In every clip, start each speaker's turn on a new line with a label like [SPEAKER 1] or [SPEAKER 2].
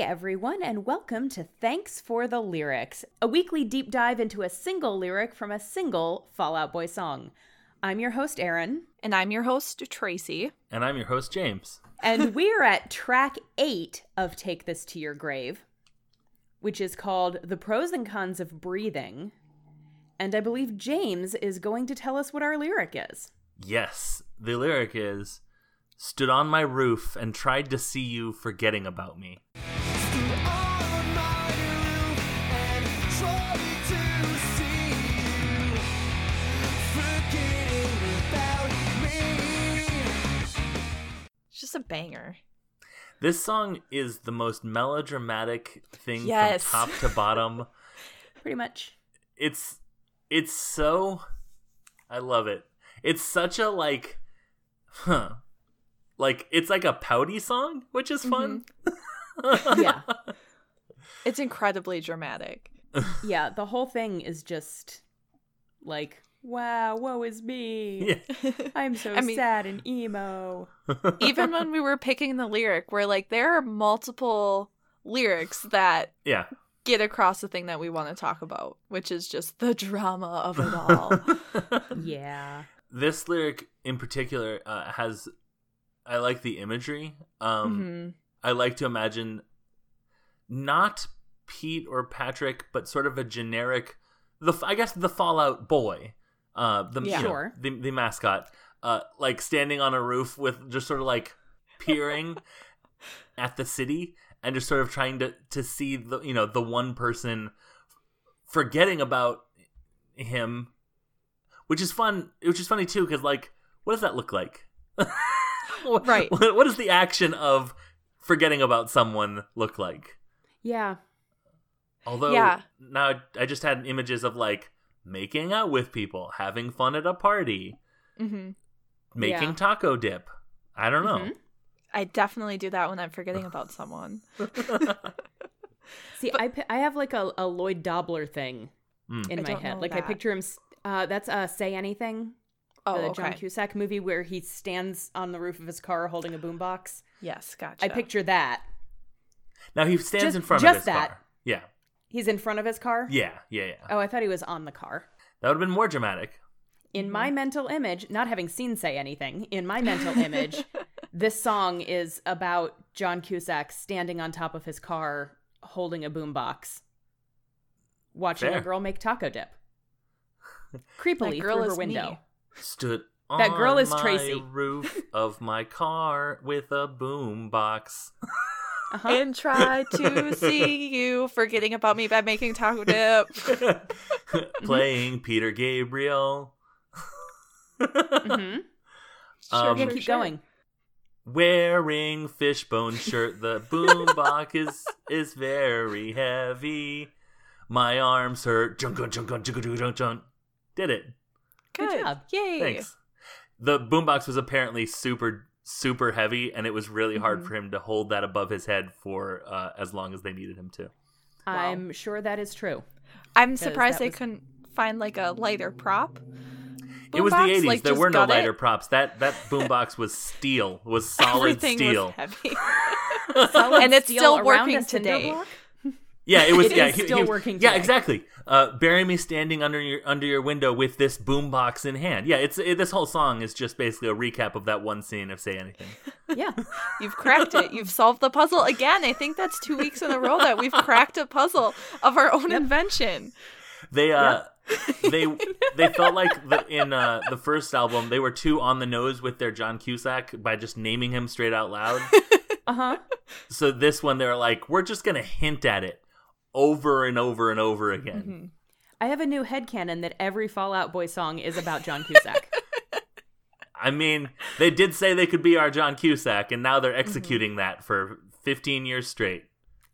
[SPEAKER 1] everyone, and welcome to Thanks for the Lyrics, a weekly deep dive into a single lyric from a single Fallout Boy song. I'm your host, Erin,
[SPEAKER 2] And I'm your host, Tracy.
[SPEAKER 3] And I'm your host, James.
[SPEAKER 1] and we're at track eight of Take This to Your Grave, which is called The Pros and Cons of Breathing. And I believe James is going to tell us what our lyric is.
[SPEAKER 3] Yes, the lyric is Stood on my roof and tried to see you forgetting about me.
[SPEAKER 2] It's just a banger.
[SPEAKER 3] This song is the most melodramatic thing
[SPEAKER 2] Yes.
[SPEAKER 3] from top to bottom.
[SPEAKER 1] Pretty much.
[SPEAKER 3] it's it's so I love it. It's such a like huh. Like it's like a pouty song, which is fun.
[SPEAKER 1] Yeah.
[SPEAKER 2] It's incredibly dramatic.
[SPEAKER 1] Yeah. The whole thing is just like, wow, woe is me.
[SPEAKER 3] Yeah.
[SPEAKER 1] I'm so
[SPEAKER 2] I mean-
[SPEAKER 1] sad and emo.
[SPEAKER 2] Even when we were picking the lyric, we're like, there are multiple lyrics that
[SPEAKER 3] Yeah.
[SPEAKER 2] get across the thing that we want to talk about, which is just the drama of it all.
[SPEAKER 1] Yeah.
[SPEAKER 3] this lyric in particular uh, has i like the imagery um
[SPEAKER 2] Mhm.
[SPEAKER 3] i like to imagine not pete or patrick but sort of a generic the i guess the fallout boy uh the
[SPEAKER 2] Yeah.
[SPEAKER 3] you know,
[SPEAKER 1] Sure.
[SPEAKER 3] the, the mascot uh like standing on a roof with just sort of like peering at the city and just sort of trying to to see the you know the one person forgetting about him which is fun which is funny too because like what does that look like What-
[SPEAKER 2] Mm-hmm. Right.
[SPEAKER 3] what, what does the action of forgetting about someone look like
[SPEAKER 1] Yeah.
[SPEAKER 3] although
[SPEAKER 2] Yeah.
[SPEAKER 3] now i just had images of like making out with people having fun at a party
[SPEAKER 2] Mhm.
[SPEAKER 3] making
[SPEAKER 1] Yeah.
[SPEAKER 3] taco dip i don't know
[SPEAKER 2] I definitely do that when I'm forgetting about someone.
[SPEAKER 1] Mm-hmm. See, I, pi- I have like a, a Lloyd Dobler thing
[SPEAKER 3] Mm.
[SPEAKER 1] in
[SPEAKER 2] I
[SPEAKER 1] my
[SPEAKER 2] don't
[SPEAKER 1] head.
[SPEAKER 2] know
[SPEAKER 1] Like I
[SPEAKER 2] that.
[SPEAKER 1] picture him. s- Uh, that's uh, "Say Anything,"
[SPEAKER 2] Oh,
[SPEAKER 1] the
[SPEAKER 2] okay.
[SPEAKER 1] John Cusack movie where he stands on the roof of his car holding a boombox.
[SPEAKER 2] Yes, gotcha.
[SPEAKER 1] I picture that.
[SPEAKER 3] now he stands
[SPEAKER 1] Just-
[SPEAKER 3] in front
[SPEAKER 1] just
[SPEAKER 3] of his
[SPEAKER 1] that.
[SPEAKER 3] car yeah
[SPEAKER 1] He's in front of his car.
[SPEAKER 3] yeah yeah yeah
[SPEAKER 1] Oh, I thought he was on the car.
[SPEAKER 3] that would have been more dramatic
[SPEAKER 1] In my
[SPEAKER 2] Mm-hmm.
[SPEAKER 1] mental image, not having seen "Say Anything," in my mental image, this song is about John Cusack standing on top of his car holding a boombox, watching a
[SPEAKER 3] Fair.
[SPEAKER 1] girl make taco dip. Creepily
[SPEAKER 2] girl
[SPEAKER 1] through her
[SPEAKER 2] is me.
[SPEAKER 1] window.
[SPEAKER 3] stood on
[SPEAKER 1] That girl is
[SPEAKER 3] my
[SPEAKER 1] Tracy.
[SPEAKER 3] roof of my car with a boom box.
[SPEAKER 1] Uh-huh.
[SPEAKER 2] and try to see you forgetting about me by making taco dip.
[SPEAKER 3] playing Peter Gabriel.
[SPEAKER 1] Mhm.
[SPEAKER 3] Um,
[SPEAKER 1] yeah, keep going.
[SPEAKER 3] Wearing fishbone shirt, the boombox is is very heavy. My arms hurt. Junk, junk, junk, junk, junk, junk, junk. Did it?
[SPEAKER 1] Good
[SPEAKER 2] Good,
[SPEAKER 1] job.
[SPEAKER 2] Yay.
[SPEAKER 3] Thanks. The boombox was apparently super super heavy, and it was really hard
[SPEAKER 2] Mm-hmm.
[SPEAKER 3] for him to hold that above his head for uh, as long as they needed him to.
[SPEAKER 1] I'm sure that is true.
[SPEAKER 2] I'm surprised
[SPEAKER 1] that
[SPEAKER 2] they
[SPEAKER 1] was-
[SPEAKER 2] couldn't find like a lighter prop.
[SPEAKER 3] it was the
[SPEAKER 2] Boombox,
[SPEAKER 3] 80s.
[SPEAKER 2] like,
[SPEAKER 3] there
[SPEAKER 2] just
[SPEAKER 3] were no
[SPEAKER 2] got it.
[SPEAKER 3] lighter props. That that boombox was steel, was solid
[SPEAKER 2] Everything
[SPEAKER 3] steel.
[SPEAKER 2] was heavy.
[SPEAKER 1] Solid
[SPEAKER 2] And it's
[SPEAKER 1] steel
[SPEAKER 2] still
[SPEAKER 1] around
[SPEAKER 2] working
[SPEAKER 1] a cinder
[SPEAKER 2] today.
[SPEAKER 1] block?
[SPEAKER 3] Yeah, it was.
[SPEAKER 1] It
[SPEAKER 3] yeah,
[SPEAKER 1] is still working
[SPEAKER 3] Yeah,
[SPEAKER 1] today.
[SPEAKER 3] exactly. Uh, bury me standing under your under your window with this boombox in hand. Yeah, it's it, this whole song is just basically a recap of that one scene of "Say Anything."
[SPEAKER 1] Yeah.
[SPEAKER 2] You've cracked it. You've solved the puzzle again. I think that's two weeks in a row that we've cracked a puzzle of our own invention.
[SPEAKER 3] They uh, they they felt like the, in uh, the first album they were too on the nose with their John Cusack by just naming him straight out loud.
[SPEAKER 1] Uh huh.
[SPEAKER 3] so this one they're like, we're just gonna hint at it over and over and over again.
[SPEAKER 1] Mm-hmm. I have a new headcanon that every Fallout Boy song is about John Cusack.
[SPEAKER 3] I mean, they did say they could be our John Cusack, and now
[SPEAKER 1] Mm-hmm.
[SPEAKER 3] they're executing that for 15 years straight.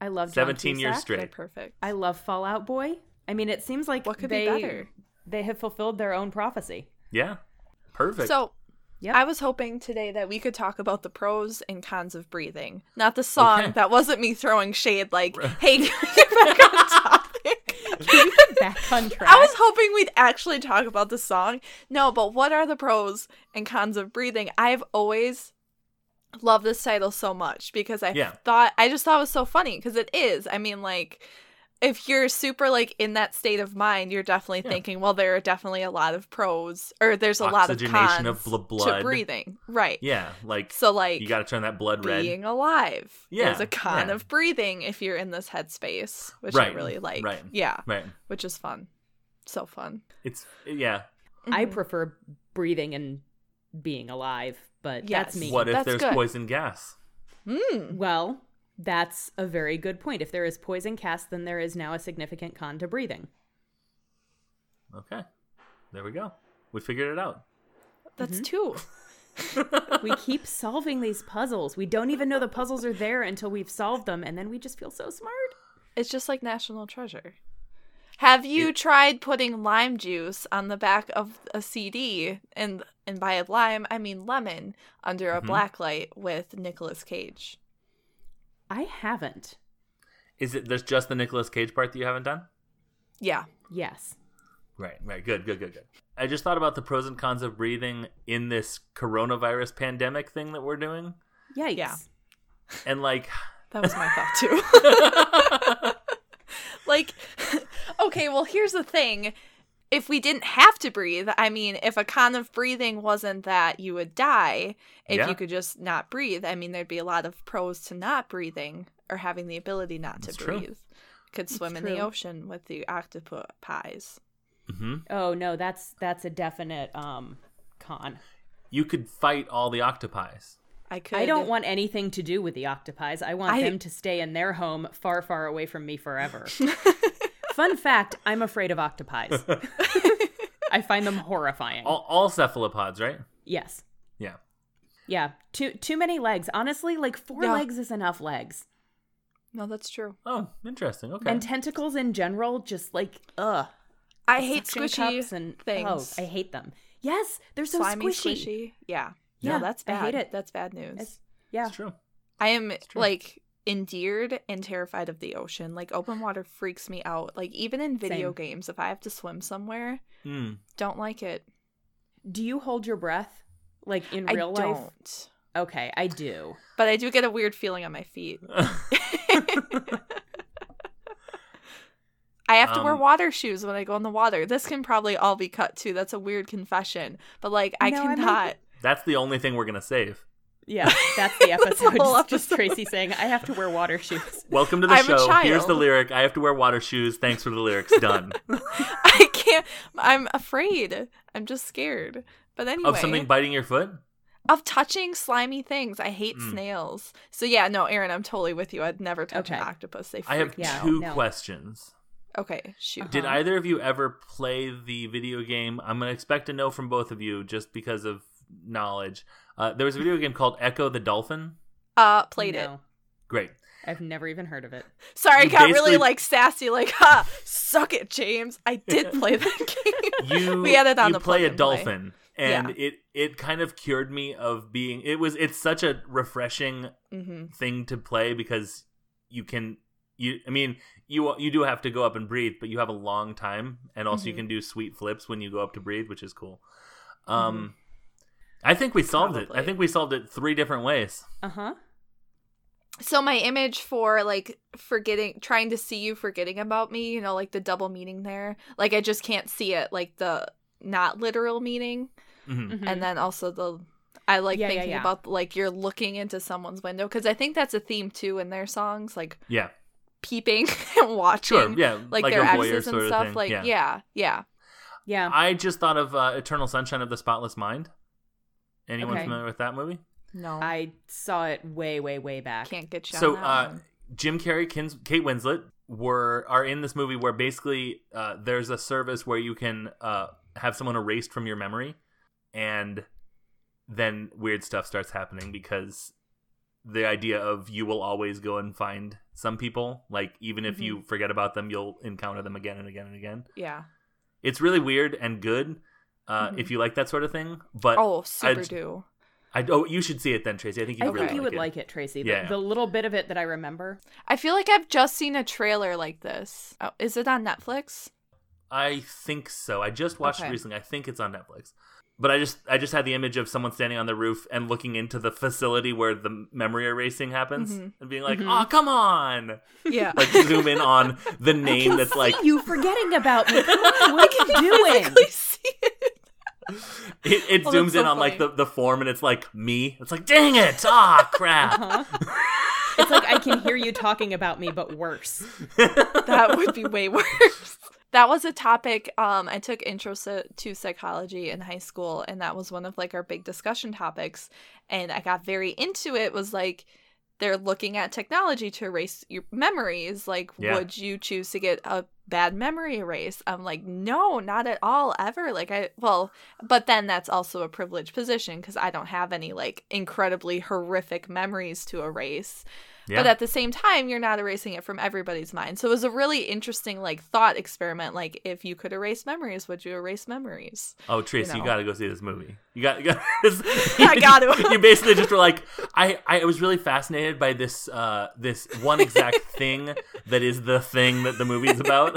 [SPEAKER 1] I love John
[SPEAKER 3] 17 years
[SPEAKER 1] Cusack.
[SPEAKER 3] straight.
[SPEAKER 2] They're perfect.
[SPEAKER 1] I love Fallout Boy. I mean, it seems like
[SPEAKER 2] What could
[SPEAKER 1] they,
[SPEAKER 2] be better?
[SPEAKER 1] They have fulfilled their own prophecy.
[SPEAKER 3] Yeah. Perfect.
[SPEAKER 2] So
[SPEAKER 1] Yep.
[SPEAKER 2] I was hoping today that we could talk about the pros and cons of breathing, not the song.
[SPEAKER 3] Okay.
[SPEAKER 2] That wasn't me throwing shade. Like, hey, can we get back on topic.
[SPEAKER 1] Back on track.
[SPEAKER 2] I was hoping we'd actually talk about the song. No, but what are the pros and cons of breathing? I've always love this title so much because I
[SPEAKER 3] Yeah.
[SPEAKER 2] thought I just thought it was so funny because it is. I mean, like if you're super like in that state of mind, you're definitely
[SPEAKER 3] Yeah.
[SPEAKER 2] thinking, well, there are definitely a lot of pros or there's a lot of
[SPEAKER 3] Oxygenation of
[SPEAKER 2] cons
[SPEAKER 3] bl- blood.
[SPEAKER 2] to breathing, right?
[SPEAKER 3] Yeah, like
[SPEAKER 2] So like
[SPEAKER 3] you got to turn that blood red.
[SPEAKER 2] being alive
[SPEAKER 3] Yeah,
[SPEAKER 2] is a con
[SPEAKER 3] yeah.
[SPEAKER 2] of breathing if you're in this headspace, which I
[SPEAKER 3] Right,
[SPEAKER 2] really like.
[SPEAKER 3] right.
[SPEAKER 2] Yeah,
[SPEAKER 3] Right.
[SPEAKER 2] which is fun, so fun.
[SPEAKER 3] It's yeah.
[SPEAKER 1] I
[SPEAKER 2] Mhm.
[SPEAKER 1] prefer breathing and being alive, but that's
[SPEAKER 2] Yes.
[SPEAKER 1] me.
[SPEAKER 3] What if
[SPEAKER 2] That's
[SPEAKER 3] there's
[SPEAKER 2] good.
[SPEAKER 3] poison gas?
[SPEAKER 2] Mm.
[SPEAKER 1] Well, that's a very good point. If there is poison cast, then there is now a significant con to breathing.
[SPEAKER 3] Okay. There we go. We figured it out.
[SPEAKER 2] That's two.
[SPEAKER 1] We keep solving these puzzles. We don't even know the puzzles are there until we've solved them, and then we just feel so smart.
[SPEAKER 2] It's just like National Treasure. Have you tried putting lime juice on the back of a CD and and by lime I mean lemon under a
[SPEAKER 3] Mhm.
[SPEAKER 2] black light with Nicolas Cage?
[SPEAKER 1] I haven't.
[SPEAKER 3] Is it there's just the Nicolas Cage part that you haven't done?
[SPEAKER 2] Yeah.
[SPEAKER 1] Yes.
[SPEAKER 3] Right, right. Good, good, good, good. I just thought about the pros and cons of breathing in this coronavirus pandemic thing that we're doing.
[SPEAKER 1] Yikes.
[SPEAKER 2] Yeah.
[SPEAKER 3] And like
[SPEAKER 2] That was my thought too. like okay, well here's the thing. If we didn't have to breathe, I mean, if a con of breathing wasn't that you would die if
[SPEAKER 3] Yeah.
[SPEAKER 2] you could just not breathe, I mean, there'd be a lot of pros to not breathing or having the ability not
[SPEAKER 3] That's
[SPEAKER 2] to
[SPEAKER 3] true.
[SPEAKER 2] breathe. Could swim in the
[SPEAKER 1] true.
[SPEAKER 2] ocean with the octopus pies.
[SPEAKER 3] mhm.
[SPEAKER 1] Oh no, that's that's a definite um con.
[SPEAKER 3] you could fight all the octopi.
[SPEAKER 2] I could.
[SPEAKER 1] I don't want anything to do with the octopies. I want
[SPEAKER 2] I-
[SPEAKER 1] them to stay in their home far, far away from me forever. Fun fact, I'm afraid of octopies. I find them horrifying.
[SPEAKER 3] All, all cephalopods, right?
[SPEAKER 1] yes.
[SPEAKER 3] Yeah.
[SPEAKER 1] Yeah. Too too many legs. Honestly, like four
[SPEAKER 2] Yeah.
[SPEAKER 1] legs is enough legs.
[SPEAKER 2] No, that's true.
[SPEAKER 3] Oh, interesting. Okay.
[SPEAKER 1] And tentacles in general, just like ugh.
[SPEAKER 2] I hate
[SPEAKER 1] Suction
[SPEAKER 2] squishy
[SPEAKER 1] cups and
[SPEAKER 2] things.
[SPEAKER 1] Oh, I hate them. Yes, they're so
[SPEAKER 2] Slimy,
[SPEAKER 1] squishy.
[SPEAKER 2] Yeah.
[SPEAKER 1] Yeah,
[SPEAKER 2] no, that's
[SPEAKER 1] I
[SPEAKER 2] bad.
[SPEAKER 1] hate it.
[SPEAKER 2] That's bad news.
[SPEAKER 1] It's- Yeah.
[SPEAKER 3] It's true.
[SPEAKER 2] I am
[SPEAKER 3] true.
[SPEAKER 2] like endeared and terrified of the ocean. Like open water freaks me out. Like even in video
[SPEAKER 1] Same.
[SPEAKER 2] games, if I have to swim somewhere,
[SPEAKER 3] Mm.
[SPEAKER 2] don't like it.
[SPEAKER 1] Do you hold your breath? Like in
[SPEAKER 2] I
[SPEAKER 1] real life?
[SPEAKER 2] don't.
[SPEAKER 1] Okay, I do.
[SPEAKER 2] But I do get a weird feeling on my feet. I have to wear
[SPEAKER 3] Um,
[SPEAKER 2] water shoes when I go in the water. This can probably all be cut too. That's a weird confession. But like I
[SPEAKER 1] No, I might-
[SPEAKER 2] cannot.
[SPEAKER 3] That's the only thing we're gonna save.
[SPEAKER 1] Yeah, that's the
[SPEAKER 2] That's the
[SPEAKER 1] episode.
[SPEAKER 2] whole
[SPEAKER 1] Just- Just
[SPEAKER 2] episode.
[SPEAKER 1] Tracy saying, "I have to wear water shoes."
[SPEAKER 3] Welcome to the
[SPEAKER 2] I'm a
[SPEAKER 3] show. Here's the
[SPEAKER 2] child.
[SPEAKER 3] lyric. I have to wear water shoes. Thanks for the lyrics. Done.
[SPEAKER 2] I can't. I'm afraid. I'm just scared. But anyway,
[SPEAKER 3] Of something biting your foot?
[SPEAKER 2] of touching slimy things. I hate
[SPEAKER 3] Mm.
[SPEAKER 2] snails. So yeah, no, Aaron, I'm totally with you. I'd never touch an
[SPEAKER 1] Okay.
[SPEAKER 2] octopus. They freak
[SPEAKER 3] I have
[SPEAKER 2] me out.
[SPEAKER 3] two
[SPEAKER 1] no.
[SPEAKER 3] questions.
[SPEAKER 2] Okay, shoot.
[SPEAKER 3] Did
[SPEAKER 1] Uh-huh.
[SPEAKER 3] either of you ever play the video game? I'm gonna expect a no from both of you just because of knowledge. Uh, there was a video game called Echo the Dolphin.
[SPEAKER 2] Uh, played it.
[SPEAKER 1] no,
[SPEAKER 3] Great.
[SPEAKER 1] I've never even heard of it.
[SPEAKER 2] Sorry, I
[SPEAKER 3] You
[SPEAKER 2] got really
[SPEAKER 3] basically-
[SPEAKER 2] like sassy, like, ha, suck it, James. I did play that game.
[SPEAKER 3] You
[SPEAKER 2] We had it on
[SPEAKER 3] you
[SPEAKER 2] the
[SPEAKER 3] play
[SPEAKER 2] plug
[SPEAKER 3] a
[SPEAKER 2] and play.
[SPEAKER 3] dolphin, and it it kind of cured me of being. It was it's such a refreshing
[SPEAKER 2] hmm
[SPEAKER 3] thing to play because you can you I mean you you do have to go up and breathe, but you have a long time, and also you
[SPEAKER 2] Mhm.
[SPEAKER 3] can do sweet flips when you go up to breathe, which is cool. Um, I think we solved it.
[SPEAKER 2] Mm-hmm.
[SPEAKER 3] I
[SPEAKER 2] Probably.
[SPEAKER 3] think we solved it three different ways.
[SPEAKER 1] Uh huh.
[SPEAKER 2] So my image for like forgetting, trying to see you, forgetting about me. You know, like the double meaning there. Like I just can't see it. Like the not literal meaning.
[SPEAKER 3] Mhm.
[SPEAKER 1] mm-hmm.
[SPEAKER 2] and then also the I like
[SPEAKER 1] Hmm. Yeah, yeah,
[SPEAKER 2] thinking
[SPEAKER 1] yeah.
[SPEAKER 2] about like you're looking into someone's window because I think that's a theme too in their songs, like
[SPEAKER 3] Yeah,
[SPEAKER 2] peeping and watching,
[SPEAKER 3] sure. Yeah,
[SPEAKER 2] like,
[SPEAKER 3] a
[SPEAKER 2] their
[SPEAKER 3] voyeur
[SPEAKER 2] exes and
[SPEAKER 3] sort of
[SPEAKER 2] stuff.
[SPEAKER 3] thing.
[SPEAKER 2] Like yeah. yeah,
[SPEAKER 1] yeah,
[SPEAKER 3] I just thought of uh, Eternal Sunshine of the Spotless Mind. Anyone
[SPEAKER 1] Okay.
[SPEAKER 3] familiar with that movie?
[SPEAKER 2] No, I
[SPEAKER 1] I saw it way, way, way back.
[SPEAKER 2] can't get you.
[SPEAKER 3] so
[SPEAKER 2] on that
[SPEAKER 3] uh,
[SPEAKER 2] one.
[SPEAKER 3] Jim Carrey, Kins- Kate Winslet were are in this movie where basically uh, there's a service where you can uh, have someone erased from your memory, and then weird stuff starts happening because the idea of you will always go and find some people like even if you forget about them you'll encounter them again and again and again
[SPEAKER 2] yeah.
[SPEAKER 3] it's really weird and good uh,
[SPEAKER 2] Mhm.
[SPEAKER 3] if you like that sort of thing but
[SPEAKER 2] Oh, super
[SPEAKER 3] j-
[SPEAKER 2] do.
[SPEAKER 3] I, oh you should see it then tracy i think you
[SPEAKER 1] I
[SPEAKER 3] really
[SPEAKER 1] think you would
[SPEAKER 3] it.
[SPEAKER 1] like it, Tracy. The,
[SPEAKER 3] Yeah.
[SPEAKER 1] the little bit of it that I remember.
[SPEAKER 2] I feel like I've just seen a trailer like this. Oh, is it on Netflix?
[SPEAKER 3] I think so. I just watched it
[SPEAKER 2] Okay.
[SPEAKER 3] recently. I think it's on Netflix. But I just I just had the image of someone standing on the roof and looking into the facility where the memory erasing happens
[SPEAKER 2] Mhm.
[SPEAKER 3] and being like,
[SPEAKER 1] Mhm.
[SPEAKER 3] "Oh, come on!"
[SPEAKER 2] Yeah.
[SPEAKER 3] Like zoom in on the name that's like
[SPEAKER 1] you forgetting about me. Come on, what are you doing?
[SPEAKER 2] Physically see it.
[SPEAKER 3] it, it
[SPEAKER 2] Oh, that's
[SPEAKER 3] zooms
[SPEAKER 2] so
[SPEAKER 3] in on like
[SPEAKER 2] funny.
[SPEAKER 3] the, the form and it's like me. It's like, "Dang it! Ah, crap!"
[SPEAKER 1] Uh-huh. it's like I can hear you talking about me, but worse.
[SPEAKER 2] That would be way worse. That was a topic um, I took intro to to psychology in high school, and that was one of like our big discussion topics. And I got very into it. Was like they're looking at technology to erase your memories. Like,
[SPEAKER 3] Yeah.
[SPEAKER 2] would you choose to get a bad memory erase? I'm like, no, not at all, ever. Like, I well, but then that's also a privileged position because I don't have any like incredibly horrific memories to erase
[SPEAKER 3] Yeah.
[SPEAKER 2] but at the same time you're not erasing it from everybody's mind so it was a really interesting like thought experiment like if you could erase memories would you erase memories
[SPEAKER 3] Oh, Trace, you,
[SPEAKER 2] know.
[SPEAKER 3] gotta go see this movie. You got, you got this.
[SPEAKER 2] I gotta.
[SPEAKER 3] You basically just were like, I, I was really fascinated by this, uh, this one exact thing that is the thing that the movie is about.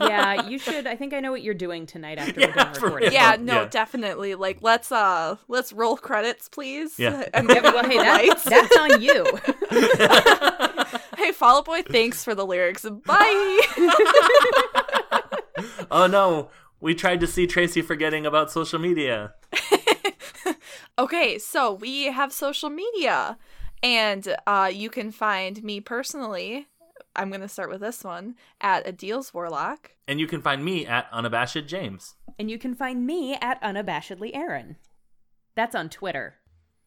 [SPEAKER 1] Yeah, you should. I think I know what you're doing tonight after
[SPEAKER 3] Yeah,
[SPEAKER 1] we're done
[SPEAKER 3] for
[SPEAKER 1] recording.
[SPEAKER 3] real.
[SPEAKER 2] yeah no
[SPEAKER 3] yeah.
[SPEAKER 2] definitely like let's uh let's roll credits please
[SPEAKER 3] Yeah.
[SPEAKER 2] and
[SPEAKER 1] Yeah, well, hey, that,
[SPEAKER 2] lights.
[SPEAKER 1] that's on you.
[SPEAKER 2] hey follow boy thanks for the lyrics bye
[SPEAKER 3] oh no, we tried to see Tracy forgetting about social media.
[SPEAKER 2] Okay, so we have social media, and uh, you can find me personally. I'm going to start with this one at Adils Warlock.
[SPEAKER 3] And you can find me at unabashed James.
[SPEAKER 1] And you can find me at unabashedly Aaron. That's on Twitter.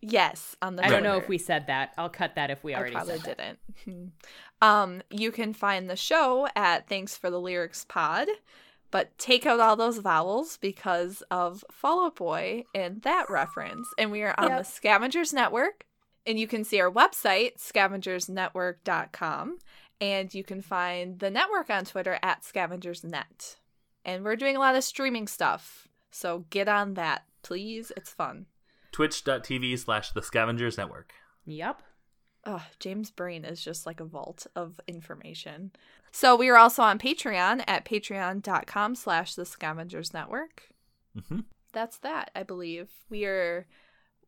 [SPEAKER 2] Yes, on the
[SPEAKER 1] I don't know
[SPEAKER 2] Twitter.
[SPEAKER 1] if we said that. I'll cut that if we already
[SPEAKER 2] I probably
[SPEAKER 1] said that.
[SPEAKER 2] didn't. Hmm. um, you can find the show at Thanks for the Lyrics Pod, but take out all those vowels because of Follow Out Boy and that reference. And we are on the
[SPEAKER 1] Yep.
[SPEAKER 2] Scavengers Network, and you can see our website, scavengersnetwork.com, and you can find the network on Twitter at scavengersnet. And we're doing a lot of streaming stuff, so get on that, please. It's fun.
[SPEAKER 3] Twitch.tv slash the Scavengers Network.
[SPEAKER 1] Yep.
[SPEAKER 2] Ugh, James' brain is just like a vault of information. So we are also on Patreon at patreon.com slash the scavengers network.
[SPEAKER 3] hmm
[SPEAKER 2] That's that, I believe. We are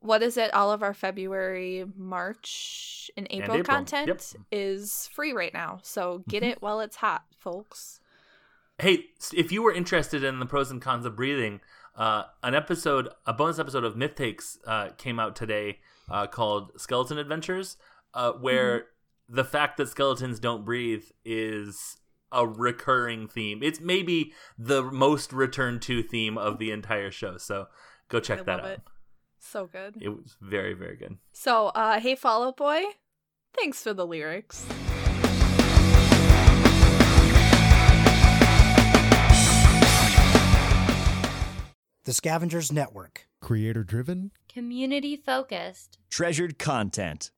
[SPEAKER 2] what is it? All of our February, March, and April,
[SPEAKER 3] April.
[SPEAKER 2] content
[SPEAKER 3] Yep.
[SPEAKER 2] is free right now. So get
[SPEAKER 3] Mhm.
[SPEAKER 2] it while it's hot, folks.
[SPEAKER 3] Hey, s- if you were interested in the pros and cons of breathing, uh, an episode, a bonus episode of Myth Takes uh, came out today uh, called Skeleton Adventures, uh, where
[SPEAKER 2] Mm-hmm.
[SPEAKER 3] the fact that skeletons don't breathe is a recurring theme. It's maybe the most returned to theme of the entire show. So go check
[SPEAKER 2] I
[SPEAKER 3] that
[SPEAKER 2] love
[SPEAKER 3] out.
[SPEAKER 2] it. So good.
[SPEAKER 3] It was very, very good.
[SPEAKER 2] So uh hey Follow Out Boy, thanks for the lyrics.
[SPEAKER 4] The Scavengers Network.
[SPEAKER 5] Creator driven.
[SPEAKER 6] Community focused.
[SPEAKER 7] treasured content.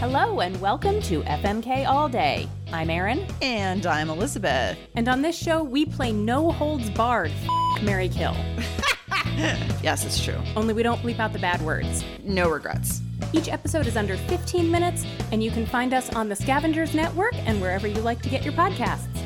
[SPEAKER 1] Hello and welcome to FMK All Day. I'm Aaron,
[SPEAKER 8] And I'm Elizabeth.
[SPEAKER 1] and on this show we play no holds barred f- Mary Kill.
[SPEAKER 8] Yes, it's true.
[SPEAKER 1] Only we don't bleep out the bad words.
[SPEAKER 8] No regrets.
[SPEAKER 1] Each episode is under 15 minutes, and you can find us on the Scavengers Network and wherever you like to get your podcasts.